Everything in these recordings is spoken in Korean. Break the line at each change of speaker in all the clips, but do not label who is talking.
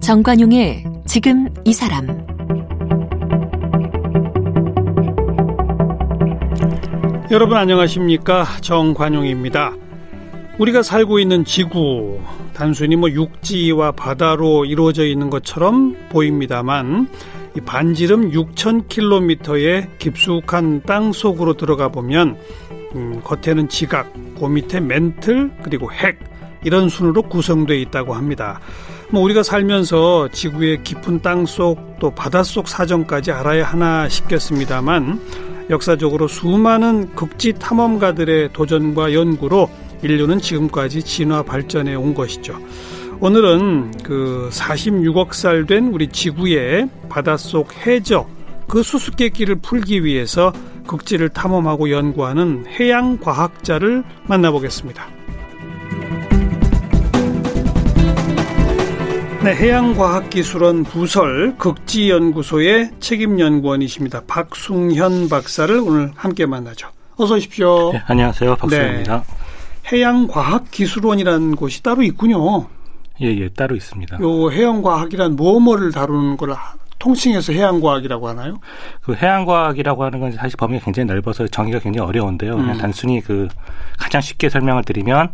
정관용의 지금 이 사람
여러분 안녕하십니까 정관용입니다. 우리가 살고 있는 지구 단순히 뭐 육지와 바다로 이루어져 있는 것처럼 보입니다만 이 반지름 6,000km의 깊숙한 땅 속으로 들어가 보면 음, 겉에는 지각, 그 밑에 멘틀 그리고 핵 이런 순으로 구성되어 있다고 합니다. 뭐 우리가 살면서 지구의 깊은 땅 속 또 바닷속 사정까지 알아야 하나 싶겠습니다만 역사적으로 수많은 극지 탐험가들의 도전과 연구로 인류는 지금까지 진화 발전해 온 것이죠. 오늘은 그 46억 살 된 우리 지구의 바닷속 해적 그 수수께끼를 풀기 위해서 극지를 탐험하고 연구하는 해양 과학자를 만나보겠습니다. 네, 해양과학기술원 부설 극지연구소의 책임연구원이십니다. 박숭현 박사를 오늘 함께 만나죠. 어서 오십시오.
네, 안녕하세요. 박수현입니다.
네, 해양과학기술원이라는 곳이 따로 있군요.
예, 예, 따로 있습니다.
요 해양과학이란 뭐뭐를 다루는 걸 통칭해서 해양과학이라고 하나요?
그 해양과학이라고 하는 건 사실 범위가 굉장히 넓어서 정의가 굉장히 어려운데요. 그냥
음.
단순히 그 가장 쉽게 설명을 드리면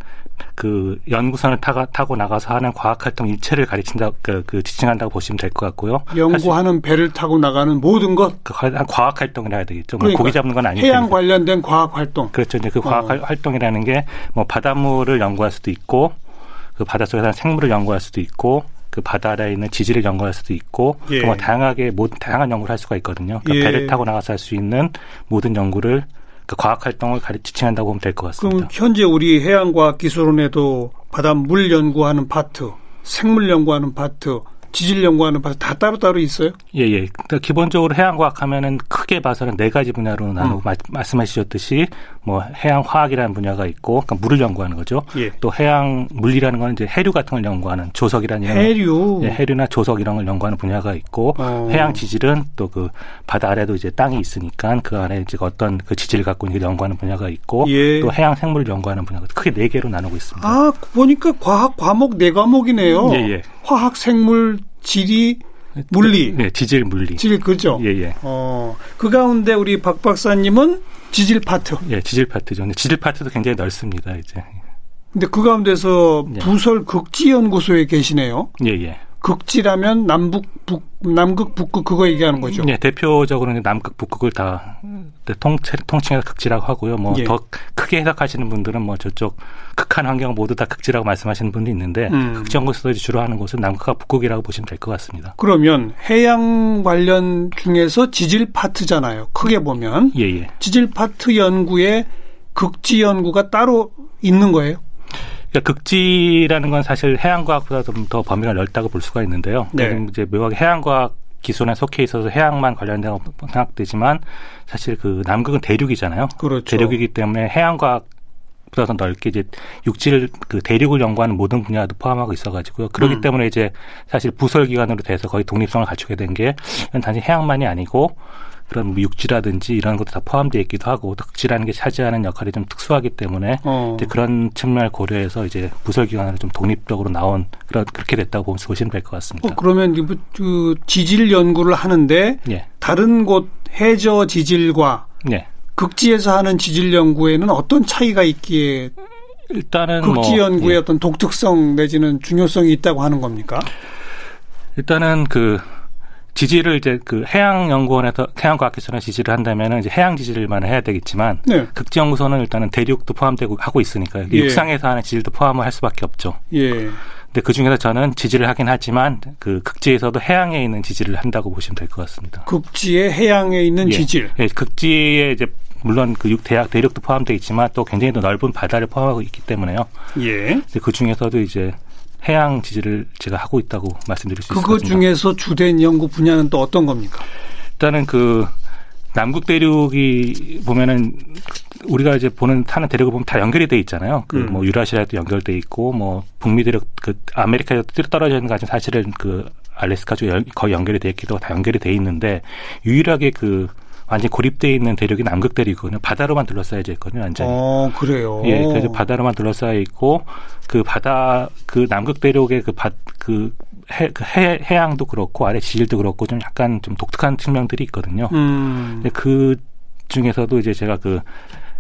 그 연구선을 타고 나가서 하는 과학 활동 일체를 가리친다 그, 그 지칭한다고 보시면 될 것 같고요. 사실
연구하는 배를 타고 나가는 모든 것,
그 과- 과학 활동이라 해야 되겠죠. 뭐
그러니까
고기 잡는 건 아니고
해양 관련된 과학활동.
그렇죠. 이제 그 과학
어.
활동이라는 게 뭐 바닷물을 연구할 수도 있고 그 바닷속에 사는 생물을 연구할 수도 있고 그 바다에 있는 지질을 연구할 수도 있고
예.
뭐 다양하게 모, 다양한 연구를 할 수가 있거든요. 그러니까
예.
배를 타고 나가서 할 수 있는 모든 연구를 그 과학 활동을 가리 지칭한다고 보면 될 것
그럼
같습니다.
현재 우리 해양과학기술원에도 바닷물 연구하는 파트, 생물 연구하는 파트, 지질 연구하는 파트 다 따로따로 있어요?
예, 예. 그러니까 기본적으로 해양과학 하면은 크게 봐서는 네 가지 분야로
음.
나누고 마- 말씀해 주셨듯이 뭐 해양화학이라는 분야가 있고 그러니까 물을 연구하는 거죠.
예.
또 해양 물리라는 건 이제 해류 같은 걸 연구하는 조석이라는 이런
해류.
예, 해류나 조석 이런 걸 연구하는 분야가 있고
어.
해양 지질은 또 그 바다 아래도 이제 땅이 있으니까 그 안에 이제 어떤 그 지질을 갖고 있는 걸 연구하는 분야가 있고
예.
또 해양 생물을 연구하는 분야가 크게 네 개로 나누고 있습니다.
아, 보니까 과학 과목 네 과목이네요.
예, 예.
화학, 생물, 지리, 물리.
예, 지질 물리.
지질 그죠?
예, 예.
어, 그 가운데 우리 박 박사님은 지질 파트.
예, 지질 파트죠. 근데 지질 파트도 굉장히 넓습니다, 이제.
근데 그 가운데서
예.
부설 극지 연구소에 계시네요.
예, 예.
극지라면 남북 북 남극 북극 그거 얘기하는 거죠.
예, 대표적으로는 남극, 북극을 다 통체, 통칭해서 극지라고 하고요. 뭐
예.
더 크게 해석하시는 분들은 뭐 저쪽 극한 환경 모두 다 극지라고 말씀하시는 분도 있는데
음.
극지연구소에 주로 하는 곳은 남극과 북극이라고 보시면 될 것 같습니다.
그러면 해양 관련 중에서 지질 파트잖아요. 크게 보면
예, 예.
지질 파트 연구에 극지 연구가 따로 있는 거예요.
그러니까 극지라는 건 사실 해양과학보다 좀 더 범위가 넓다고 볼 수가 있는데요.
네.
요즘 이제 묘하게 해양과학 기술에 속해 있어서 해양만 관련된다고 생각되지만 사실 그 남극은 대륙이잖아요.
그렇죠.
대륙이기 때문에 해양과학 보다 더 넓게 이제 육지를 그 대륙을 연구하는 모든 분야도 포함하고 있어가지고요. 그렇기
음.
때문에 이제 사실 부설기관으로 돼서 거의 독립성을 갖추게 된 게 단지 해양만이 아니고 그런 뭐 육지라든지 이런 것도 다 포함되어 있기도 하고 또 극지라는 게 차지하는 역할이 좀 특수하기 때문에
어.
이제 그런 측면을 고려해서 이제 부설기관으로 좀 독립적으로 나온 그런 그렇게 됐다고 보시면 될 것 같습니다.
어, 그러면 이 부- 그 지질 연구를 하는데
예,
다른 곳 해저 지질과
예.
극지에서 하는 지질 연구에는 어떤 차이가 있기에
일단은
극지
뭐,
연구의
예.
어떤 독특성 내지는 중요성이 있다고 하는 겁니까?
일단은 그 지지를 이제 그 해양연구원에서 해양과학기술원 지지를 한다면은 이제 해양 지질만 해야 되겠지만
네.
극지연구소는 일단은 대륙도 포함되고 하고 있으니까요.
예.
육상에서 하는 지질도 포함을 할 수밖에 없죠.
예.
근데 그 중에서 저는 지질을 하긴 하지만 그 극지에서도 해양에 있는 지질을 한다고 보시면 될 것 같습니다.
극지의 해양에 있는
예.
지질.
예, 극지에 이제 물론 그 육- 대학 대륙도 포함되어 있지만 또 굉장히 더 넓은 바다를 포함하고 있기 때문에요.
예.
그 중에서도 이제 해양 지질을 제가 하고 있다고 말씀드릴 수
그것
있습니다.
중에서 주된 연구 분야는 또 어떤 겁니까?
일단은 그 남극 대륙이 보면은 우리가 이제 보는 타는 대륙을 보면 다 연결이 돼 있잖아요. 그
음.
뭐 유라시아도 연결돼 있고 뭐 북미 대륙 그 아메리카에서 떨어져 있는 거 사실은 그 알래스카주 연- 거의 연결이 돼 있기도 하고 다 연결이 돼 있는데 유일하게 그 완전히 고립돼 있는 대륙이 남극 대륙이거든요. 바다로만 둘러싸여져 있거든요. 완전히.
어, 그래요.
예, 그래서 바다로만 둘러싸여 있고 그 바다 그 남극 대륙의 그바그 해, 그 해, 해양도 그렇고 아래 지질도 그렇고 좀 약간 좀 독특한 측면들이 있거든요.
음.
근데 그 중에서도 이제 제가 그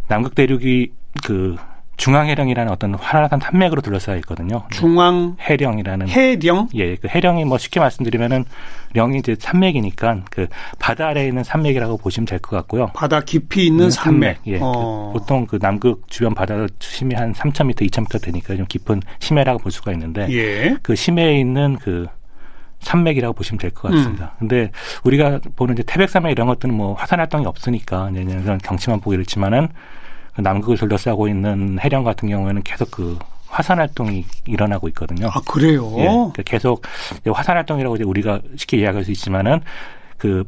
남극 대륙이 그 중앙해령이라는 어떤 화산 산맥으로 둘러싸여 있거든요.
중앙
해령이라는
해령
예, 그 해령이 뭐 쉽게 말씀드리면은 령이 이제 산맥이니까 그 바다 아래에 있는 산맥이라고 보시면 될 것 같고요.
바다 깊이 있는 산맥.
예. 그
어.
보통 그 남극 주변 바다 심해 한 3,000m, 2,000m 되니까 좀 깊은 심해라고 볼 수가 있는데
예.
그 심해에 있는 그 산맥이라고 보시면 될 것 같습니다.
음.
근데 우리가 보는 이제 태백산맥 이런 것들은 뭐 화산 활동이 없으니까 이제 그런 경치만 보기 그렇지만은 그 남극을 둘러싸고 있는 해령 같은 경우에는 계속 그 화산 활동이 일어나고 있거든요.
아, 그래요.
예, 그러니까 계속 이제 화산 활동이라고 이제 우리가 쉽게 이야기할 수 있지만은 그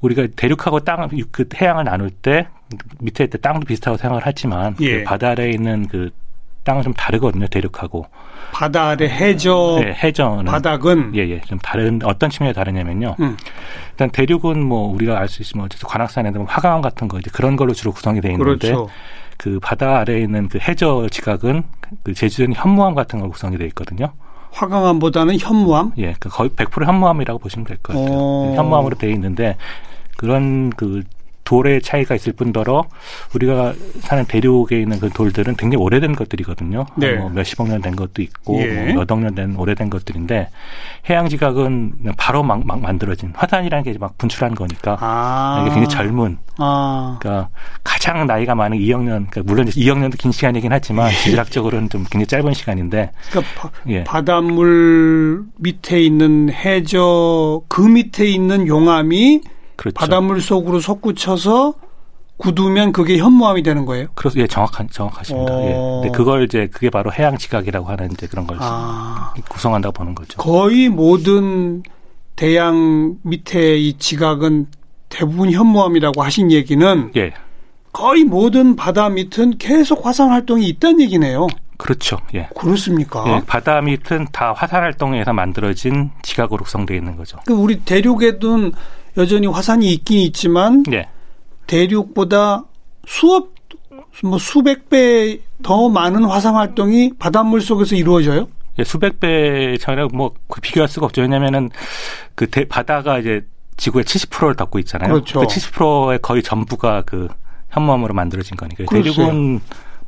우리가 대륙하고 땅, 그 해양을 나눌 때 밑에 있 땅도 비슷하고 생각을 하지만 그
예.
바다 아래에 있는 그 땅은 좀 다르거든요, 대륙하고.
바다 아래 해저
예, 해저는
어, 바닥은
예, 예. 좀 다른, 어떤 측면이 다르냐면요.
음.
일단 대륙은 뭐 우리가 알 수 있으면 어쨌든 관악산에 뭐 화강암 같은 거 이제 그런 걸로 주로 구성이 되어 있는데
그렇죠.
그 바다 아래에 있는 그 해저 지각은 그 제주도는 현무암 같은 걸로 구성이 되어 있거든요.
화강암보다는 현무암.
예, 그 거의 100% 현무암이라고 보시면 될 것 같아요.
어.
현무암으로 되어 있는데 그런 그 돌의 차이가 있을 뿐더러 우리가 사는 대륙에 있는 그 돌들은 굉장히 오래된 것들이거든요.
네.
뭐 몇십억 년 된 것도 있고
예.
뭐 몇억 년 된 오래된 것들인데 해양 지각은 그냥 바로 막, 막 만들어진 화산이라는 게 막 분출한 거니까
아.
이게 굉장히 젊은
아.
그러니까 가장 나이가 많은 2억 년 그러니까 물론 이제 2억 년도 긴 시간이긴 하지만 지질학적으로는 좀 굉장히 짧은 시간인데
그러니까 예. 바,
예.
바닷물 밑에 있는 해저 그 밑에 있는 용암이
그렇죠.
바닷물 속으로 솟구쳐서 굳으면 그게 현무암이 되는 거예요.
그래서 예 정확한 정확하십니다. 예.
어.
근데 그걸 이제 그게 바로 해양 지각이라고 하는 이제 그런 걸
아.
구성한다고 보는 거죠.
거의 모든 대양 밑에 이 지각은 대부분 현무암이라고 하신 얘기는
예.
거의 모든 바다 밑은 계속 화산 활동이 있다는 얘기네요.
그렇죠. 예.
그렇습니까?
예, 바다 밑은 다 화산 활동에서 만들어진 지각으로 구성되어 있는 거죠.
그 우리 대륙에든 여전히 화산이 있긴 있지만
예.
대륙보다 수업 뭐 수백 배 더 많은 화산 활동이 바닷물 속에서 이루어져요.
예, 수백 배 차이라 뭐그 비교할 수가 없죠. 왜냐면은 그 대- 바다가 이제 지구의 70%를 덮고 있잖아요.
그렇죠.
그 70%의 거의 전부가 그 현무암으로 만들어진 거니까.
글쎄요.
대륙은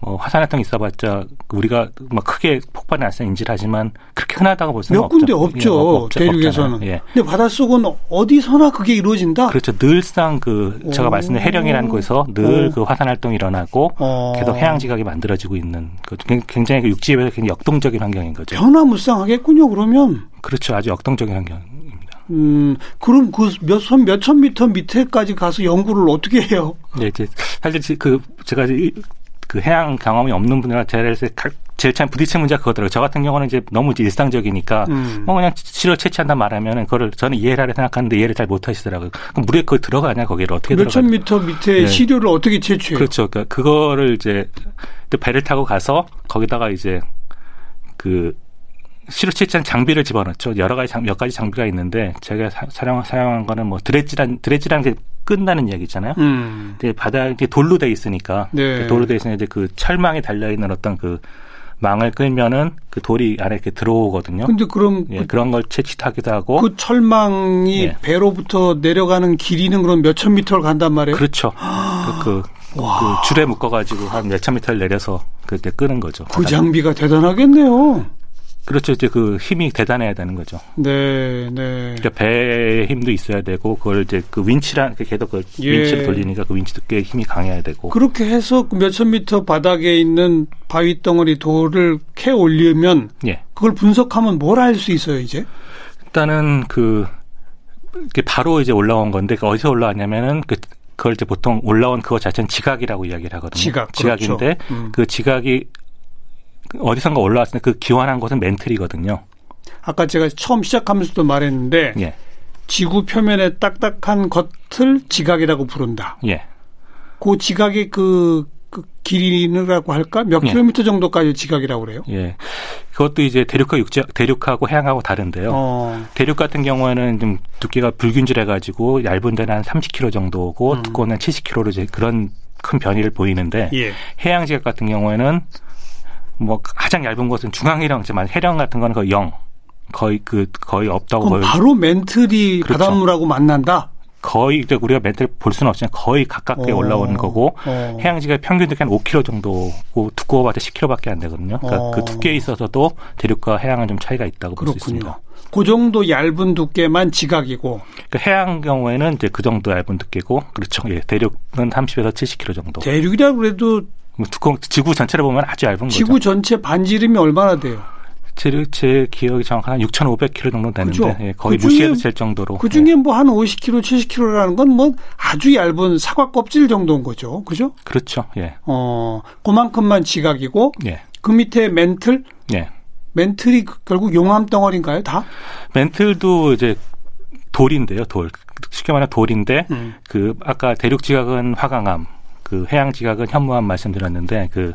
뭐 화산 활동 있어봤자 우리가 막 크게 폭발이 났을 인지를 하지만 그렇게 흔하다고 볼 수는
몇
없죠.
군데
예,
없죠.
없- 없-
대륙에서는.
없잖아요. 예.
근데 바닷속은 어디서나 그게 이루어진다.
그렇죠. 늘상 그 제가
오.
말씀드린 해령이라는 곳에서 늘
오.
그 화산 활동이 일어나고
어.
계속 해양 지각이 만들어지고 있는 그 굉장히 그 육지에 비해서 굉장히 역동적인 환경인 거죠.
변화무쌍하겠군요. 그러면
그렇죠. 아주 역동적인 환경입니다.
음 그럼 그 몇천 몇천 미터 밑에까지 가서 연구를 어떻게 해요?
네, 이제 사실 지- 그 제가 이제 이- 그 해양 경험이 없는 분이나 제일 제일 처음 부딪힌 문제가 그거더라고요. 저 같은 경우는 이제 너무 이제 일상적이니까
음.
뭐 그냥 치료 채취한다 말하면은 그거를 저는 이해하려 생각하는데 이해를 잘 못하시더라고요. 그럼 물에 그거 들어가냐 거기를 어떻게 들어가냐?
몇천 미터 밑에
예.
시료를 어떻게 채취해요?
그렇죠. 그러니까 그거를 이제 또 배를 타고 가서 거기다가 이제 그 실로 채취한 장비를 집어넣죠. 여러 가지 장, 몇 가지 장비가 있는데 제가 사, 사용 사용한 거는 뭐 드레지란 드레지라는 게 끈다는 이야기잖아요.
음.
근데 바다 이게 돌로 돼 있으니까
네.
돌로 돼 있으니까 이제 그 철망에 달려 있는 어떤 그 망을 끌면은 그 돌이 안에 이렇게 들어오거든요.
근데 그럼
예, 그런 걸 채취하기도 하고
그 철망이
예.
배로부터 내려가는 길이는 그럼 몇천 미터를 간단 말이에요?
그렇죠.
아.
그, 그, 그 줄에 묶어가지고 한 몇천 미터를 내려서 그때 끄는 거죠.
그 장비가 대단하겠네요.
그렇죠. 이제 그 힘이 대단해야 되는 거죠.
네, 네.
그러니까 배의 힘도 있어야 되고 그걸 이제 그 윈치란 그 계속 그
예.
윈치를 돌리니까 그 윈치도 꽤 힘이 강해야 되고
그렇게 해서 그 몇천 미터 바닥에 있는 바위 덩어리 돌을 캐 올리면
예.
그걸 분석하면 뭘 알 수 있어요, 이제?
음, 일단은 그 이게 바로 이제 올라온 건데 그 어디서 올라왔냐면은 그 그걸 이제 보통 올라온 그거 자체는 지각이라고 이야기를 하거든요.
지각,
인데
그렇죠. 음.
그 지각이 그 어디선가 올라왔을 때 그 기원한 곳은 멘틀이거든요.
아까 제가 처음 시작하면서도 말했는데
예.
지구 표면의 딱딱한 것을 지각이라고 부른다.
예.
그 지각의 그, 그 길이라고 할까? 몇
예.
킬로미터 정도까지 지각이라고 그래요?
예. 그것도 이제 대륙과 육지, 대륙하고 해양하고 다른데요.
어,
대륙 같은 경우에는 좀 두께가 불균질해가지고 얇은 데는 한 30km 정도고
음.
두꺼운 데는 70km로 이제 그런 큰 변이를 보이는데
예.
해양 지각 같은 경우에는 뭐 가장 얇은 것은 중앙해령이지만 해령 같은 거는 거의 영 거의 그 거의 없다고
그럼
거의
바로 멘틀이
그렇죠.
바닷물하고 만난다.
거의 이제 우리가 멘트를 볼 수는 없지만 거의 가깝게
어,
올라오는 거고
어.
해양 지각 평균 두께는 5km 정도고 두꺼워봤자 10km밖에 안 되거든요. 그러니까
어.
그 두께에 있어서도 대륙과 해양은 좀 차이가 있다고 볼 수 있습니다.
그렇군요. 그 정도 얇은 두께만 지각이고
그 해양 경우에는 이제 그 정도 얇은 두께고 그렇죠. 예, 대륙은 30에서 70km 정도.
대륙이라 그래도
뭐 두꺼운 지구 전체를 보면 아주 얇은
지구
거죠.
전체 반지름이 얼마나 돼요?
제, 제 기억이 정확한 6,500km 정도 되는데
그죠.
예, 거의
그중에-
무시해도 될 정도로.
그
예,
중에 뭐 한 50kg, 70kg라는 건 뭐 아주 얇은 사과 껍질 정도인 거죠. 그죠?
그렇죠. 예.
어, 그만큼만 지각이고
예.
그 밑에 멘틀,
예.
멘틀이 그- 결국 용암 덩어리인가요? 다?
멘틀도 이제 돌인데요. 돌. 쉽게 말하면 돌인데
음.
그 아까 대륙 지각은 화강암, 그 해양 지각은 현무암 말씀드렸는데 그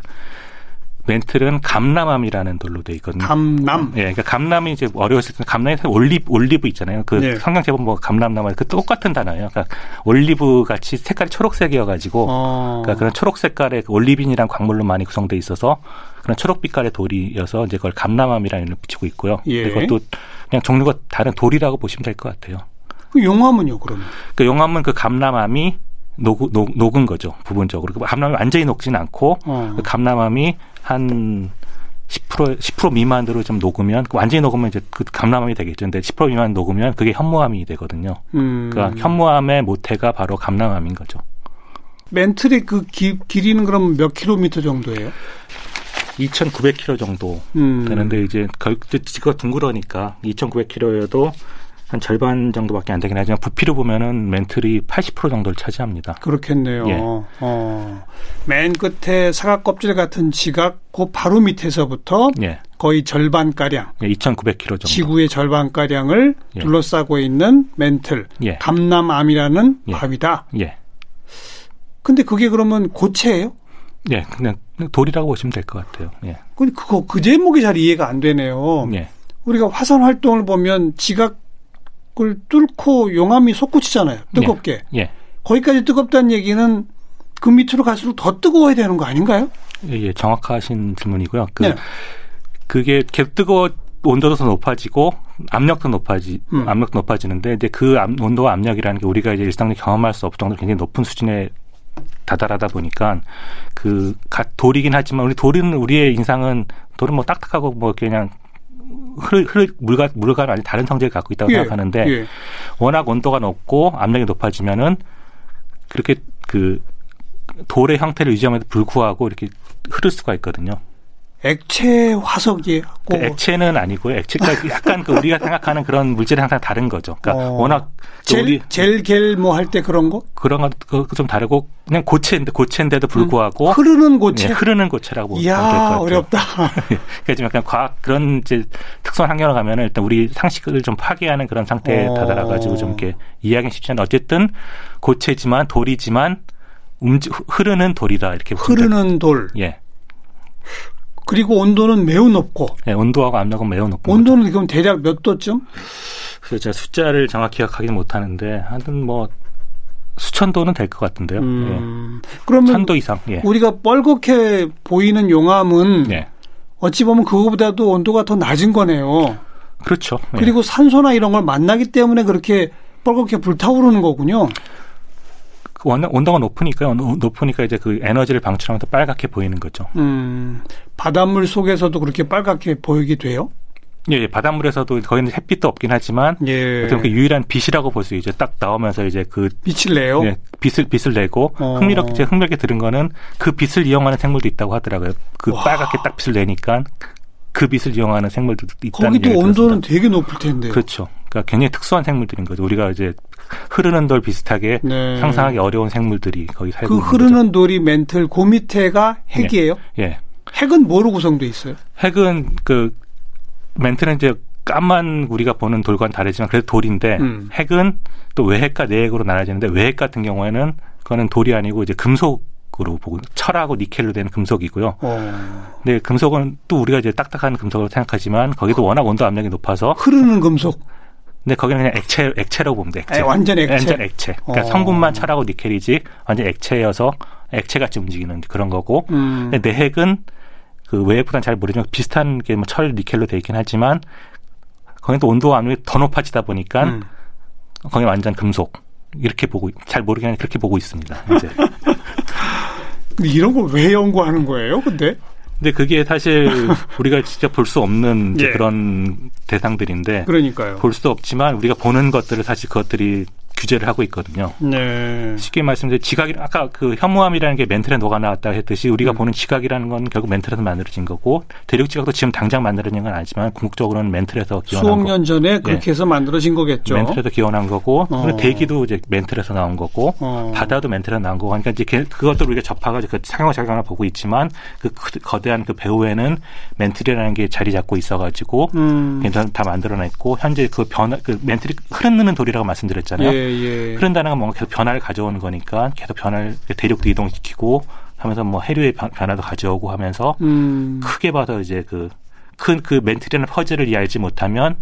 멘틀은 감남암이라는 돌로 돼 있거든요.
감남.
예, 그러니까 감남이 이제 어려웠을 때 감남이 사실 올리 올리브 있잖아요. 그
네.
성경책 보면 뭐 감남 남아 그 똑같은 단어예요. 그러니까 올리브 같이 색깔이 초록색이어가지고
어.
그러니까 그런 초록 색깔의 그 올리빈이란 광물로 많이 구성돼 있어서 그런 초록 빛깔의 돌이어서 이제 그걸 감남암이라는 이름을 붙이고 있고요.
예.
근데 그것도 그냥 종류가 다른 돌이라고 보시면 될 것 같아요.
그 용암은요, 그러면.
그 용암은 그 감남암이 녹, 녹, 녹은 거죠 부분적으로. 그 감남이 완전히 녹진 않고
어.
그 감남암이 한 10% 10% 미만으로 좀 녹으면 그 완전히 녹으면 이제 그 감남암이 되겠죠. 근데 10% 미만 녹으면 그게 현무암이 되거든요.
음.
그러니까 현무암의 모태가 바로 감남암인 거죠.
멘틀의 그 기- 길이는 그럼 몇 킬로미터 정도예요?
2,900km 정도
음.
되는데 이제 결- 지가 둥그러니까 2,900km여도 한 절반 정도밖에 안 되긴 하지만 부피로 보면은 멘틀이 80% 정도를 차지합니다.
그렇겠네요.
예.
어. 맨 끝에 사과 껍질 같은 지각, 그 바로 밑에서부터
예,
거의 절반가량,
2,900km 정도.
지구의 절반가량을
예.
둘러싸고 있는 멘틀,
예.
감남암이라는
예.
바위다.
예.
근데 그게 그러면 고체예요?
예, 그냥 돌이라고 보시면 될 것 같아요. 예.
근데 그거 그 제목이 잘 이해가 안 되네요.
예.
우리가 화산 활동을 보면 지각을 뚫고 용암이 솟구치잖아요. 뜨겁게.
예.
거기까지 뜨겁다는 얘기는 그 밑으로 갈수록 더 뜨거워야 되는 거 아닌가요?
예, 예, 정확하신 질문이고요. 그,
네.
그게 계속 뜨거워 온도도 더 높아지고 압력도 높아지
음.
압력도 높아지는데 이제 그 암- 온도와 압력이라는 게 우리가 이제 일상적으로 경험할 수 없을 정도로 굉장히 높은 수준에 다다르다 보니까 그 가- 돌이긴 하지만 우리 돌은 우리의 인상은 돌은 뭐 딱딱하고 뭐 그냥 흐르 흐르 물과 물과 아니 다른 성질을 갖고 있다고
예,
생각하는데
예.
워낙 온도가 높고 압력이 높아지면은 그렇게 그 돌의 형태를 유지함에도 불구하고 이렇게 흐를 수가 있거든요.
액체 화석이고
그 액체는 아니고요. 액체가 약간 그 우리가 생각하는 그런 물질이 항상 다른 거죠. 그러니까
어.
워낙 그 우리
젤 겔 뭐 할 때 그런 거
그런 것좀 다르고 그냥 고체인데 고체인데도 불구하고
음. 흐르는 고체.
예, 흐르는 고체라고 보면 될
이야
것 같아요. 그렇죠,
어렵다.
그러니까 좀 약간 과학 그런 이제 특수한 학년으로 가면은 일단 우리 상식을 좀 파괴하는 그런 상태에
어.
다다라가지고 좀 이렇게 이해하기 쉽지 않은 어쨌든 고체지만 돌이지만 움직 흐르는 돌이다 이렇게 보시면 될-
흐르는 돌
예.
그리고 온도는 매우 높고
예, 온도하고 압력은 매우 높은 거죠.
온도는 그럼 대략 몇 도쯤?
그래서 제가 숫자를 정확히 기억하기는 못하는데 하여튼 뭐 수천 도는 될 것 같은데요.
음,
예.
그러면
천도 이상. 예.
우리가 뻘겋게 보이는 용암은
예.
어찌 보면 그거보다도 온도가 더 낮은 거네요.
그렇죠. 예.
그리고 산소나 이런 걸 만나기 때문에 그렇게 뻘겋게 불타오르는 거군요.
그 원- 온도가 높으니까 높으니까 이제 그 에너지를 방출하면서 빨갛게 보이는 거죠.
음, 바닷물 속에서도 그렇게 빨갛게 보이게 돼요?
예, 예, 바닷물에서도 거기는 햇빛도 없긴 하지만
예.
어떻게 보면 그 유일한 빛이라고 볼 수 있죠. 딱 나오면서 이제 그
빛을 내요?
예, 빛을 빛을 내고
어.
흥미롭게 제가 흥미롭게 들은 거는 그 빛을 이용하는 생물도 있다고 하더라고요. 그
와.
빨갛게 딱 빛을 내니까 그 빛을 이용하는 생물도 있다는
거기도
얘기를
온도는
들었습니다.
되게 높을 텐데.
그렇죠. 그러니까 굉장히 특수한 생물들인 거죠. 우리가 이제 흐르는 돌 비슷하게
네.
상상하기 어려운 생물들이 거기 살고
그
있는 거죠.
흐르는 돌이 멘틀, 그 밑에가 핵이에요?
예.
핵은 뭐로 구성돼 있어요?
핵은 그 멘트는 이제 까만 우리가 보는 돌과는 다르지만 그래도 돌인데
음.
핵은 또 외핵과 내핵으로 나눠지는데 외핵 같은 경우에는 그거는 돌이 아니고 이제 금속 으로 보고 철하고 니켈로 된 금속이고요.
어.
근데 금속은 또 우리가 이제 딱딱한 금속으로 생각하지만 거기도 워낙 온도 압력이 높아서
흐르는 금속.
근데 거기는 그냥 액체 액체라고 보면 돼. 액체.
에, 완전 액체.
예. 완전 액체. 그러니까
어.
성분만 철하고 니켈이지 완전 액체여서 액체 같이 움직이는 그런 거고.
음.
근데 내핵은 그 외핵보다는 잘 모르지만 비슷한 게 뭐 철 니켈로 돼 있긴 하지만 거기 또 온도 압력이 더 높아지다 보니까
음.
거기 완전 금속 이렇게 보고 잘 모르겠는 그렇게 보고 있습니다. 이제.
근데 이런 걸 왜 연구하는 거예요? 근데
근데 그게 사실 우리가 진짜 볼 수 없는 이제
예.
그런 대상들인데
그러니까요.
볼 수 없지만 우리가 보는 것들을 사실 그것들이 규제를 하고 있거든요.
네.
쉽게 말씀드려 지각이 아까 그 혐오함이라는 게 멘틀에 녹아나왔다 했듯이 우리가
음.
보는 지각이라는 건 결국 멘틀에서 만들어진 거고 대륙 지각도 지금 당장 만들어진 건 아니지만 궁극적으로는 멘틀에서
수억
기원한 거. 예.
년 전에 그렇게 해서 만들어진 거겠죠.
멘틀에서 기원한 거고
어.
그리고 대기도 이제 멘틀에서 나온 거고
어.
바다도 멘틀에서 나온 거고 그러니까 이제 걔- 그것도 우리가 접하가지고 그 상용화 작용을 보고 있지만 그 크- 거대한 그 배후에는 멘틀이라는 게 자리 잡고 있어가지고
음.
괜찮 다 만들어냈고 현재 그 변화 그 멘틀이 흐르는 돌이라고 말씀드렸잖아요.
예, 예.
흐른다는 건 뭔가 계속 변화를 가져오는 거니까 계속 변화를 대륙도 이동시키고 하면서 뭐 해류의 변- 변화도 가져오고 하면서
음.
크게 봐서 이제 그 큰 그 멘틀이라는 퍼즐을 이해하지 못하면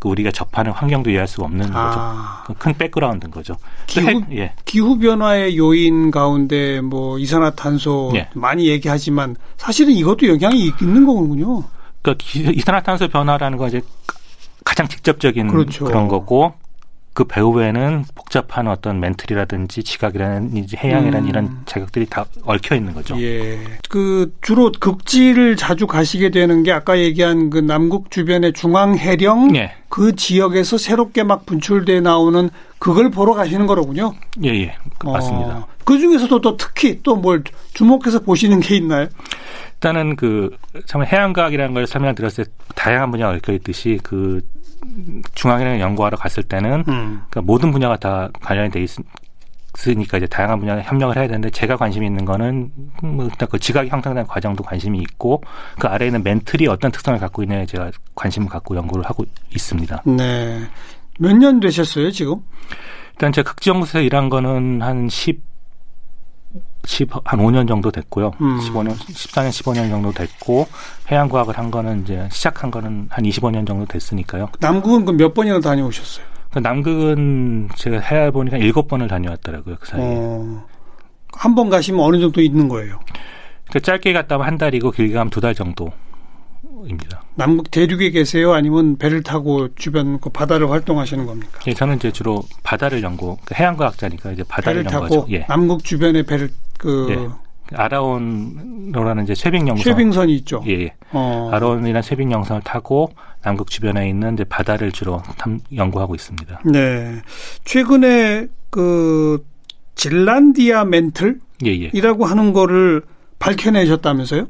그 우리가 접하는 환경도 이해할 수가 없는
아.
거죠. 그큰 백그라운드인 거죠.
기후-
또 핵- 예.
기후 변화의 요인 가운데 뭐 이산화탄소
예.
많이 얘기하지만 사실은 이것도 영향이 있는 거군요.
그러니까 기- 이산화탄소 변화라는 건 이제 가- 가장 직접적인
그렇죠.
그런 거고 그 배후에는 복잡한 어떤 멘틀이라든지 지각이라든지 해양이라는
음.
이런 자극들이 다 얽혀 있는 거죠.
예. 그 주로 극지를 자주 가시게 되는 게 아까 얘기한 그 남극 주변의 중앙 해령
예.
그 지역에서 새롭게 막 분출돼 나오는 그걸 보러 가시는 거로군요.
예, 예. 그- 맞습니다.
어, 그 중에서도 또 특히 또 뭘 주목해서 보시는 게 있나요?
일단은 그, 참, 해양과학이라는 걸 설명드렸을 때, 다양한 분야가 얽혀있듯이, 그, 중앙이랑 연구하러 갔을 때는,
음.
그러니까 모든 분야가 다 관련이 돼 있, 있으니까, 이제 다양한 분야에 협력을 해야 되는데, 제가 관심 있는 거는, 뭐, 일단 그 지각이 형성되는 과정도 관심이 있고, 그 아래에 있는 멘틀이 어떤 특성을 갖고 있냐에 제가 관심을 갖고 연구를 하고 있습니다.
네. 몇 년 되셨어요, 지금?
일단 제가 극지연구소에서 일한 거는 한 10, 10, 한 5년 정도 됐고요.
음.
15년, 14년, 15년 정도 됐고, 해양과학을 한 거는 이제 시작한 거는 한 25년 정도 됐으니까요.
남극은 그 몇 번이나 다녀오셨어요?
그 남극은 제가 해외 보니까 7번을 다녀왔더라고요, 그 사이에.
어, 한 번 가시면 어느 정도 있는 거예요.
그 짧게 갔다 하면 한 달이고, 길게 가면 두 달 정도입니다.
남극 대륙에 계세요? 아니면 배를 타고 주변 그 바다를 활동하시는 겁니까?
예, 저는 이제 주로 바다를 연구, 그 해양과학자니까 이제
배를
바다를
타고
연구하죠. 예.
남극 주변에 배를 그
아라온로라는 이제 쇠빙 영상.
쇠빙선이 있죠.
예, 예.
어,
아론이나 쇠빙 영상을 타고 남극 주변에 있는 이제 바다를 주로 탐, 연구하고 있습니다.
네. 최근에 그 질란디아 멘틀이라고
예, 예.
하는 거를 밝혀내셨다면서요?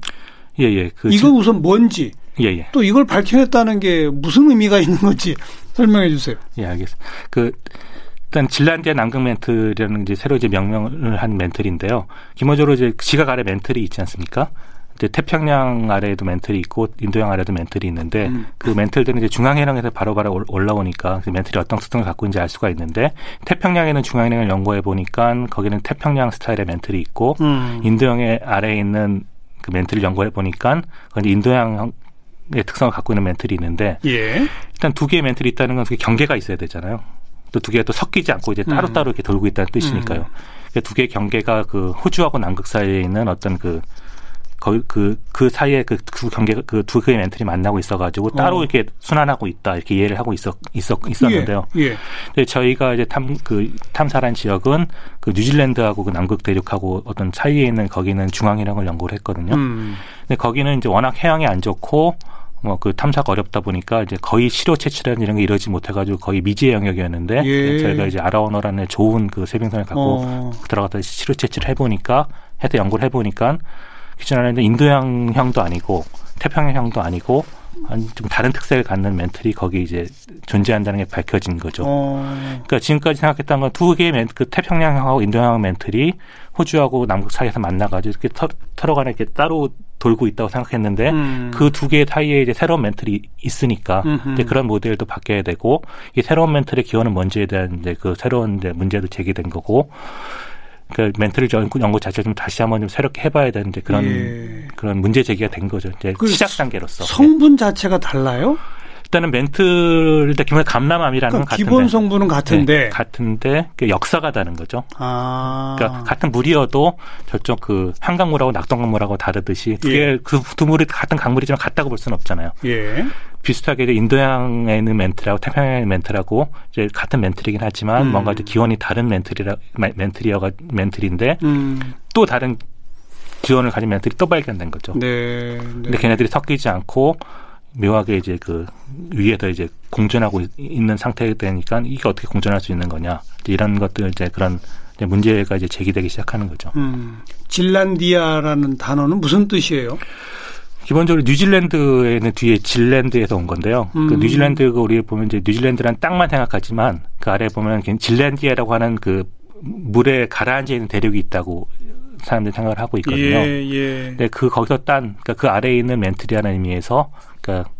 예, 예. 그
이거 우선 뭔지
지- 예, 예.
또 이걸 밝혀냈다는 게 무슨 의미가 있는 건지 설명해 주세요.
예, 알겠습니다. 그 일단 질란디아 남극 멘틀이라는 이제 새로 이제 명명을 한 멘틀인데요. 기본적으로 이제 지각 아래 멘틀이 있지 않습니까? 이제 태평양 아래에도 멘틀이 있고 인도양 아래도 멘틀이 있는데
음.
그 멘틀들은 이제 중앙해령에서 바로바로 올- 올라오니까 그 멘틀이 어떤 특성을 갖고 있는지 알 수가 있는데 태평양에는 중앙해령을 연구해 보니까 거기는 태평양 스타일의 멘틀이 있고
음.
인도양의 아래에 있는 그 멘틀을 연구해 보니까 그건 이제 인도양의 특성을 갖고 있는 멘틀이 있는데
예.
일단 두 개의 멘틀이 있다는 건 그게 경계가 있어야 되잖아요. 또 두 개가 또 섞이지 않고
음.
이제 따로따로 이렇게 돌고 있다는 뜻이니까요. 그두 개의 경계가 그 호주하고 남극 사이에 있는 어떤 그 거의 그, 그 사이에 그, 두 경계가, 그 두 개의 멘틀이 만나고 있어가지고 따로
어.
이렇게 순환하고 있다, 이렇게 이해를 하고 있었, 있었, 있었는데요.
예. 예.
근데 저희가 이제 탐, 그, 탐사란 지역은 그 뉴질랜드하고 그 남극 대륙하고 어떤 사이에 있는 거기는 중앙해령을 연구를 했거든요.
음.
근데 거기는 이제 워낙 해양이 안 좋고 뭐 그 탐사가 어렵다 보니까 이제 거의 실효 채취라는 이런 게 이러지 못해가지고 거의 미지의 영역이었는데
예.
저희가 이제 아라오너라는 좋은 그 세빙선을 갖고
어.
들어가서 실효 채취를 해보니까 해서 연구를 해보니까 기존에는 인도양형도 아니고 태평양형도 아니고 한 좀 다른 특색을 갖는 멘틀이 거기 이제 존재한다는 게 밝혀진 거죠.
어.
그러니까 지금까지 생각했던 건 두 개의 멘, 그 태평양하고 인도양 멘틀이 호주하고 남극 사이에서 만나가지고 이렇게 터, 터러간에 이렇게 따로 돌고 있다고 생각했는데
음.
그 두 개의 사이에 이제 새로운 멘틀이 있으니까
음흠.
이제 그런 모델도 바뀌어야 되고 이 새로운 멘틀의 기원은 뭔지에 대한 이제 그 새로운 이제 문제도 제기된 거고 그 멘트를 저 연구, 연구 자체를 좀 다시 한번 좀 새롭게 해봐야 되는데 그런
예.
그런 문제 제기가 된 거죠. 이제
그
시작 단계로서
성분 자체가 달라요?
예. 일단은 멘트를 일단 기본 감람암이라는 건
그러니까
같은데
기본 성분은 같은데.
네, 같은데 그 역사가 다른 거죠.
아.
그러니까 같은 물이어도 저쪽 그 한강물하고 낙동강물하고 다르듯이 그게
예.
그 두 물이 같은 강물이지만 같다고 볼 수는 없잖아요.
예.
비슷하게 이제 인도양에 있는 멘트라고 태평양에 있는 멘트라고 이제 같은 멘트이긴 하지만
음.
뭔가 이제 기원이 다른 멘트리라 멘- 멘트리어가 멘트리인데
음.
또 다른 기원을 가진 멘트리 또 발견된 거죠.
네. 네.
근데 걔네들이 섞이지 않고 묘하게 이제 그 위에서 이제 공존하고 있- 있는 상태가 되니까 이게 어떻게 공존할 수 있는 거냐 이제 이런 것들 이제 그런 이제 문제가 이제 제기되기 시작하는 거죠.
음. 질란디아라는 단어는 무슨 뜻이에요?
기본적으로 뉴질랜드에는 뒤에 질랜드에서 온 건데요. 그
음.
뉴질랜드가 우리 보면 이제 뉴질랜드란 땅만 생각하지만 그 아래 보면 그냥 질랜디아라고 하는 그 물에 가라앉아 있는 대륙이 있다고 사람들이 생각을 하고 있거든요.
예, 예.
근데 그 거기서 딴, 그러니까 그 아래에 있는 멘트리라는 의미에서 그러니까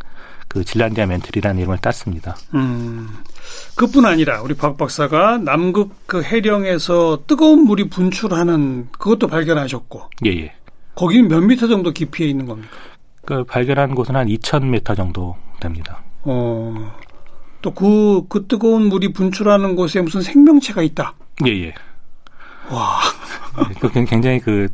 그 질란디아 멘트리라는 이름을 땄습니다.
음. 그뿐 아니라 우리 박 박사가 남극 그 해령에서 뜨거운 물이 분출하는 그것도 발견하셨고
예, 예.
거기는 몇 미터 정도 깊이에 있는 겁니까?
그 발견한 곳은 한 2,000m 정도 됩니다.
어. 또 그 그 뜨거운 물이 분출하는 곳에 무슨 생명체가 있다.
예, 예.
와.
그 굉장히 그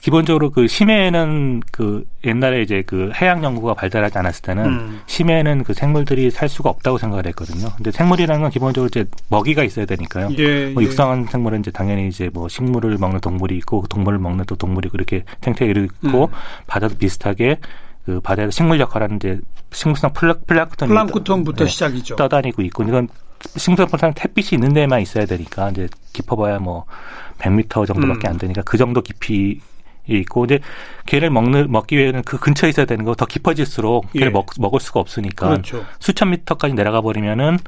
기본적으로 그 심해에는 그 옛날에 이제 그 해양 연구가 발달하지 않았을 때는
음.
심해에는 그 생물들이 살 수가 없다고 생각을 했거든요. 근데 생물이라는 건 기본적으로 이제 먹이가 있어야 되니까요.
예.
뭐
예.
육상한 생물은 이제 당연히 이제 뭐 식물을 먹는 동물이 있고 그 동물을 먹는 또 동물이 그렇게 생태계를 있고
음.
바다도 비슷하게 그 바다에서 식물 역할하는 이제 식물성 플라, 플라크톤이
플랑크톤부터
떠- 네,
시작이죠.
떠다니고 있고 이건 식물성 플라크톤 햇빛이 있는 데만 있어야 되니까 이제 깊어봐야 뭐 100m 정도밖에
음.
안 되니까 그 정도 깊이 있고 이제 걔를 먹는 먹기 위해서는 그 근처에 있어야 되는 거 더 깊어질수록
예.
걔를 먹, 먹을 수가 없으니까
그렇죠.
수천 미터까지 내려가 버리면은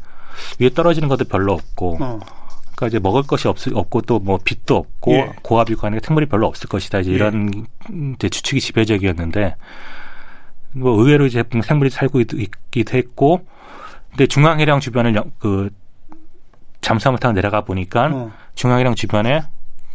위에 떨어지는 것도 별로 없고
어.
그러니까 이제 먹을 것이 없, 없고 또 뭐 빛도 없고
예.
고압이고 하니까 생물이 별로 없을 것이다 이제 이런 이제 추측이 지배적이었는데 뭐 의외로 이제 생물이 살고 있, 있기도 했고 근데 중앙해령 주변을 영- 그 잠수함을 타고 내려가 보니까
어.
중앙해령 주변에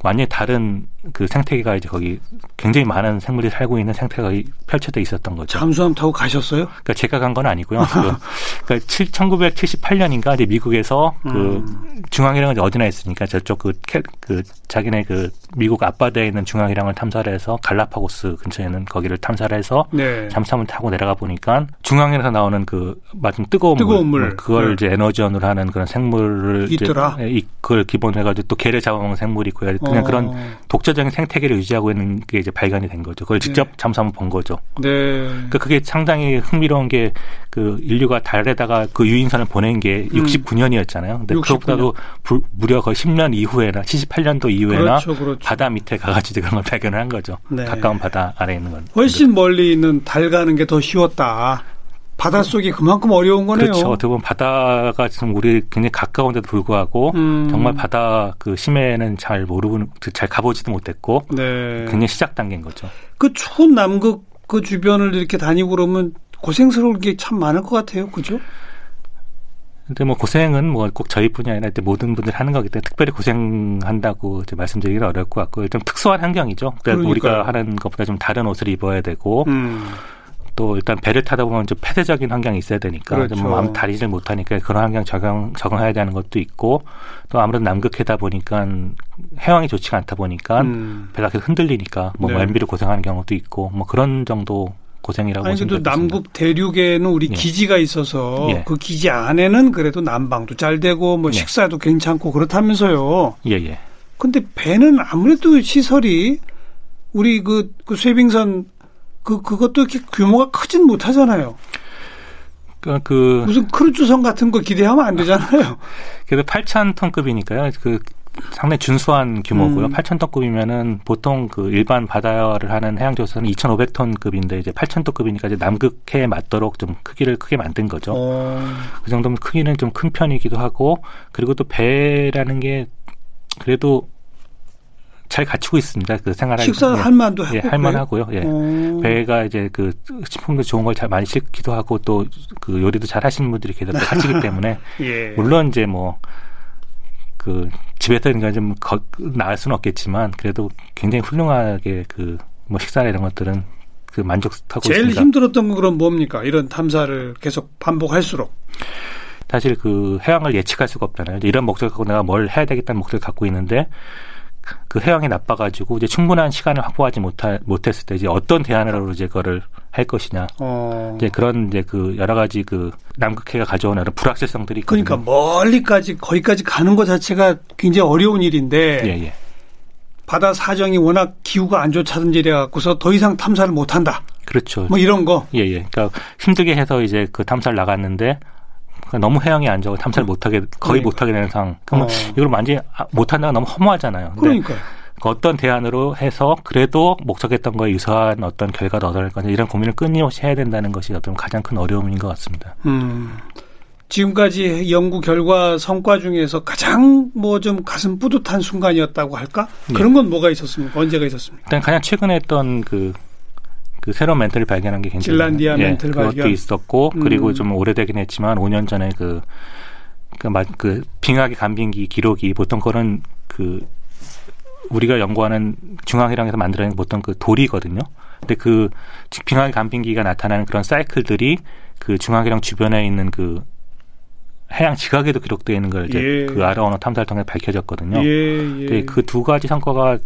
완전히 다른 그 생태계가 이제 거기 굉장히 많은 생물이 살고 있는 생태계가 펼쳐져 있었던 거죠.
잠수함 타고 가셨어요?
그러니까 제가 간 건 아니고요. 그, 그러니까 7, 1978년인가 이제 미국에서
음.
그 중앙이랑은 이제 어디나 있으니까 저쪽 그, 캐, 그 자기네 그 미국 앞바다에 있는 중앙이랑을 탐사를 해서 갈라파고스 근처에 있는 거기를 탐사를 해서
네.
잠수함을 타고 내려가 보니까 중앙에서 나오는 그 마침 뜨거운, 어,
뜨거운 물.
그걸
네.
이제 에너지원으로 하는 그런 생물을 이제 네,
있더라?
이- 그걸 기본 해가지고 또 개를 잡아먹는 생물이 있고 그냥
어.
그런 독자적인 생태계를 유지하고 있는 게 이제 발견이 된 거죠. 그걸 직접
네.
잠수함을 본 거죠.
네.
그게 상당히 흥미로운 게 그 인류가 달에다가 그 유인선을 보낸 게
음.
69년이었잖아요. 근데
69년.
그것보다도 불- 무려 거의 10년 이후에나 78년도 이후에나
그렇죠, 그렇죠.
바다 밑에 가가지고 그런 걸 발견을 한 거죠.
네.
가까운 바다 아래 있는 건.
훨씬 멀리 있는 달 가는 게 더 쉬웠다. 바닷속이 그만큼 어려운 거네요.
그렇죠. 어떻게 보면 바다가 지금 우리 굉장히 가까운데도 불구하고
음.
정말 바다 그 심해는 잘 모르고 잘 가보지도 못했고
네.
굉장히 시작 단계인 거죠.
그 추운 남극 그 주변을 이렇게 다니고 그러면 고생스러울 게 참 많을 것 같아요. 그죠?
근데 뭐 고생은 뭐 꼭 저희뿐이 아니라 이제 모든 분들 하는 거기 때문에 특별히 고생한다고 이제 말씀드리기는 어려울 것 같고 좀 특수한 환경이죠. 그러니까
그러니까요.
우리가 하는 것보다 좀 다른 옷을 입어야 되고
음.
또 일단 배를 타다 보면 좀 폐쇄적인 환경이 있어야 되니까
그렇죠.
좀 아무 다니질 못하니까 그런 환경 적용 적응해야 되는 것도 있고 또 아무래도 남극해다 보니까 해왕이 좋지가 않다 보니까
음.
배가 계속 흔들리니까 뭐
네.
완비로 고생하는 경우도 있고 뭐 그런 정도 고생이라고
아니 그래도
보시면 되겠습니다.
남극 대륙에는 우리
예.
기지가 있어서
예.
그 기지 안에는 그래도 난방도 잘 되고 뭐
예.
식사도 괜찮고 그렇다면서요.
예 예.
근데 배는 아무래도 시설이 우리 그, 그 쇠빙선 그 그것도 이렇게 규모가 크진 못하잖아요.
그러니까 그
무슨 크루즈선 같은 거 기대하면 안 되잖아요.
그래도 8,000톤급이니까요. 그 상당히 준수한 규모고요.
음.
8,000톤급이면은 보통 그 일반 바다를 하는 해양조사는 2,500톤급인데 이제 8,000톤급이니까 이제 남극해에 맞도록 좀 크기를 크게 만든 거죠.
어,
그 정도면 크기는 좀 큰 편이기도 하고 그리고 또 배라는 게 그래도 잘 갖추고 있습니다. 그 생활하기
식사
예,
할 만도 하고
예, 할만하고요. 예.
어.
배가 이제 그 식품도 좋은 걸 잘 많이 싣기도 하고 또 그 요리도 잘 하시는 분들이 계속 같이기 때문에
예.
물론 이제 뭐 그 집에서 그러니까 좀 거, 나을 수는 없겠지만 그래도 굉장히 훌륭하게 그 뭐 식사나 이런 것들은 그 만족하고
제일
있습니다.
힘들었던 건 그럼 뭡니까? 이런 탐사를 계속 반복할수록.
사실 그 해왕을 예측할 수가 없잖아요. 이제 이런 목적을 갖고 내가 뭘 해야 되겠다는 목적을 갖고 있는데 그 해왕이 나빠가지고 이제 충분한 시간을 확보하지 못하, 못했을 때 이제 어떤 대안으로 이제 그거를 할 것이냐.
어.
이제 그런 이제 그 여러 가지 그 남극해가 가져오는 그런 불확실성들이 있거든요.
그러니까 멀리까지 거기까지 가는 것 자체가 굉장히 어려운 일인데
예, 예.
바다 사정이 워낙 기후가 안 좋다든지 이래 갖고서 더 이상 탐사를 못 한다.
그렇죠.
뭐 이런 거.
예, 예. 그러니까 힘들게 해서 이제 그 탐사를 나갔는데 그러니까 너무 해양이 안 좋아 탐사를 못하게 거의
그러니까.
못하게 되는 상황. 그러면
어.
이걸 완전히 아, 못한다가 너무 허무하잖아요. 근데
그러니까
그 어떤 대안으로 해서 그래도 목적했던 거에 유사한 어떤 결과를 얻어낼 건지 이런 고민을 끊임없이 해야 된다는 것이 어떤 가장 큰 어려움인 것 같습니다.
음. 지금까지 연구 결과 성과 중에서 가장 뭐 좀 가슴 뿌듯한 순간이었다고 할까?
예.
그런 건 뭐가 있었습니까? 언제가 있었습니까?
일단 가장 최근에 했던 그, 그 새로운 멘트를 발견한 게 굉장히 예,
질란디아 멘틀
그것도
발견.
있었고 그리고
음.
좀 오래되긴 했지만 5년 전에 그, 그, 마- 그 빙하기 간빙기 기록이 보통 그런 그 우리가 연구하는 중앙해랑에서 만들어낸 보통 그 돌이거든요. 근데 그 지- 빙하기 간빙기가 나타나는 그런 사이클들이 그 중앙해랑 주변에 있는 그 해양 지각에도 기록되어 있는 걸 이제
예.
그 아라오나 탐사를 통해 밝혀졌거든요.
예, 예.
그 두 가지 성과가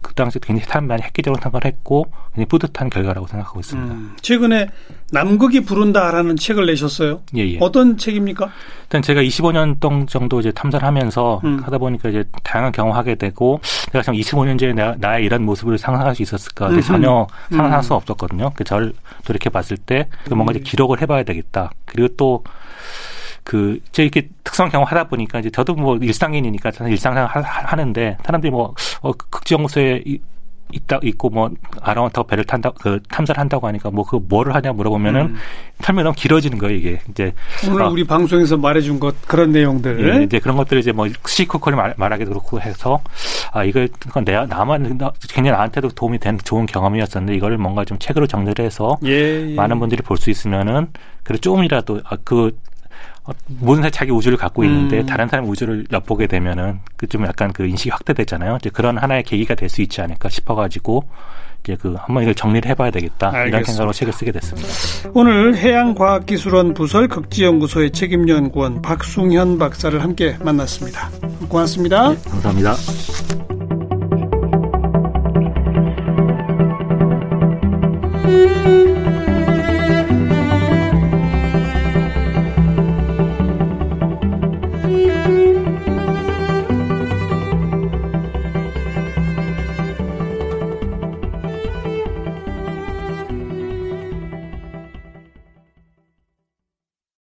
그 당시 굉장히 사람 많이 획기적으로 생각을 했고 굉장히 뿌듯한 결과라고 생각하고 있습니다.
음. 최근에 남극이 부른다라는 책을 내셨어요.
예, 예.
어떤 책입니까?
일단 제가 25년 동안 정도 이제 탐사를 하면서
음.
하다 보니까 이제 다양한 경험하게 되고 내가 참 25년째 나, 나의 이런 모습을 상상할 수 있었을까 근데
음흠.
전혀 상상할
음.
수 없었거든요. 그 저를 돌이켜 봤을 때그 뭔가 이제 기록을 해봐야 되겠다. 그리고 또 그, 제 이렇게 특성 경험하다 보니까 이제 저도 뭐 일상인이니까 사실 일상생활 하- 하- 하는데 사람들이 뭐, 어, 극지연구소에 이- 있다, 있고 뭐, 아라운타고 배를 탄다, 그 탐사를 한다고 하니까 뭐, 그 뭐를 하냐 물어보면은
음.
설명이 너무 길어지는 거예요, 이게. 이제
오늘
아.
우리 방송에서 말해준 것 그런 내용들.
예, 이제 그런 것들을 이제 뭐 시코콜이 말, 말하기도 그렇고 해서 아 이걸 그건 내 나만 나- 굉장히 나한테도 도움이 된 좋은 경험이었었는데 이걸 뭔가 좀 책으로 정리를 해서
예, 예.
많은 분들이 볼 수 있으면은 그래 조금이라도 아, 그 어, 모든 사람 자기 우주를 갖고 있는데
음.
다른 사람 우주를 엿보게 되면은 그 좀 약간 그 인식이 확대되잖아요. 이제 그런 하나의 계기가 될 수 있지 않을까 싶어가지고 이제 그 한번 이걸 정리를 해봐야 되겠다 이런
알겠습니다.
생각으로 책을 쓰게 됐습니다.
오늘 해양과학기술원 부설 극지연구소의 책임연구원 박승현 박사를 함께 만났습니다. 고맙습니다.
감사합니다.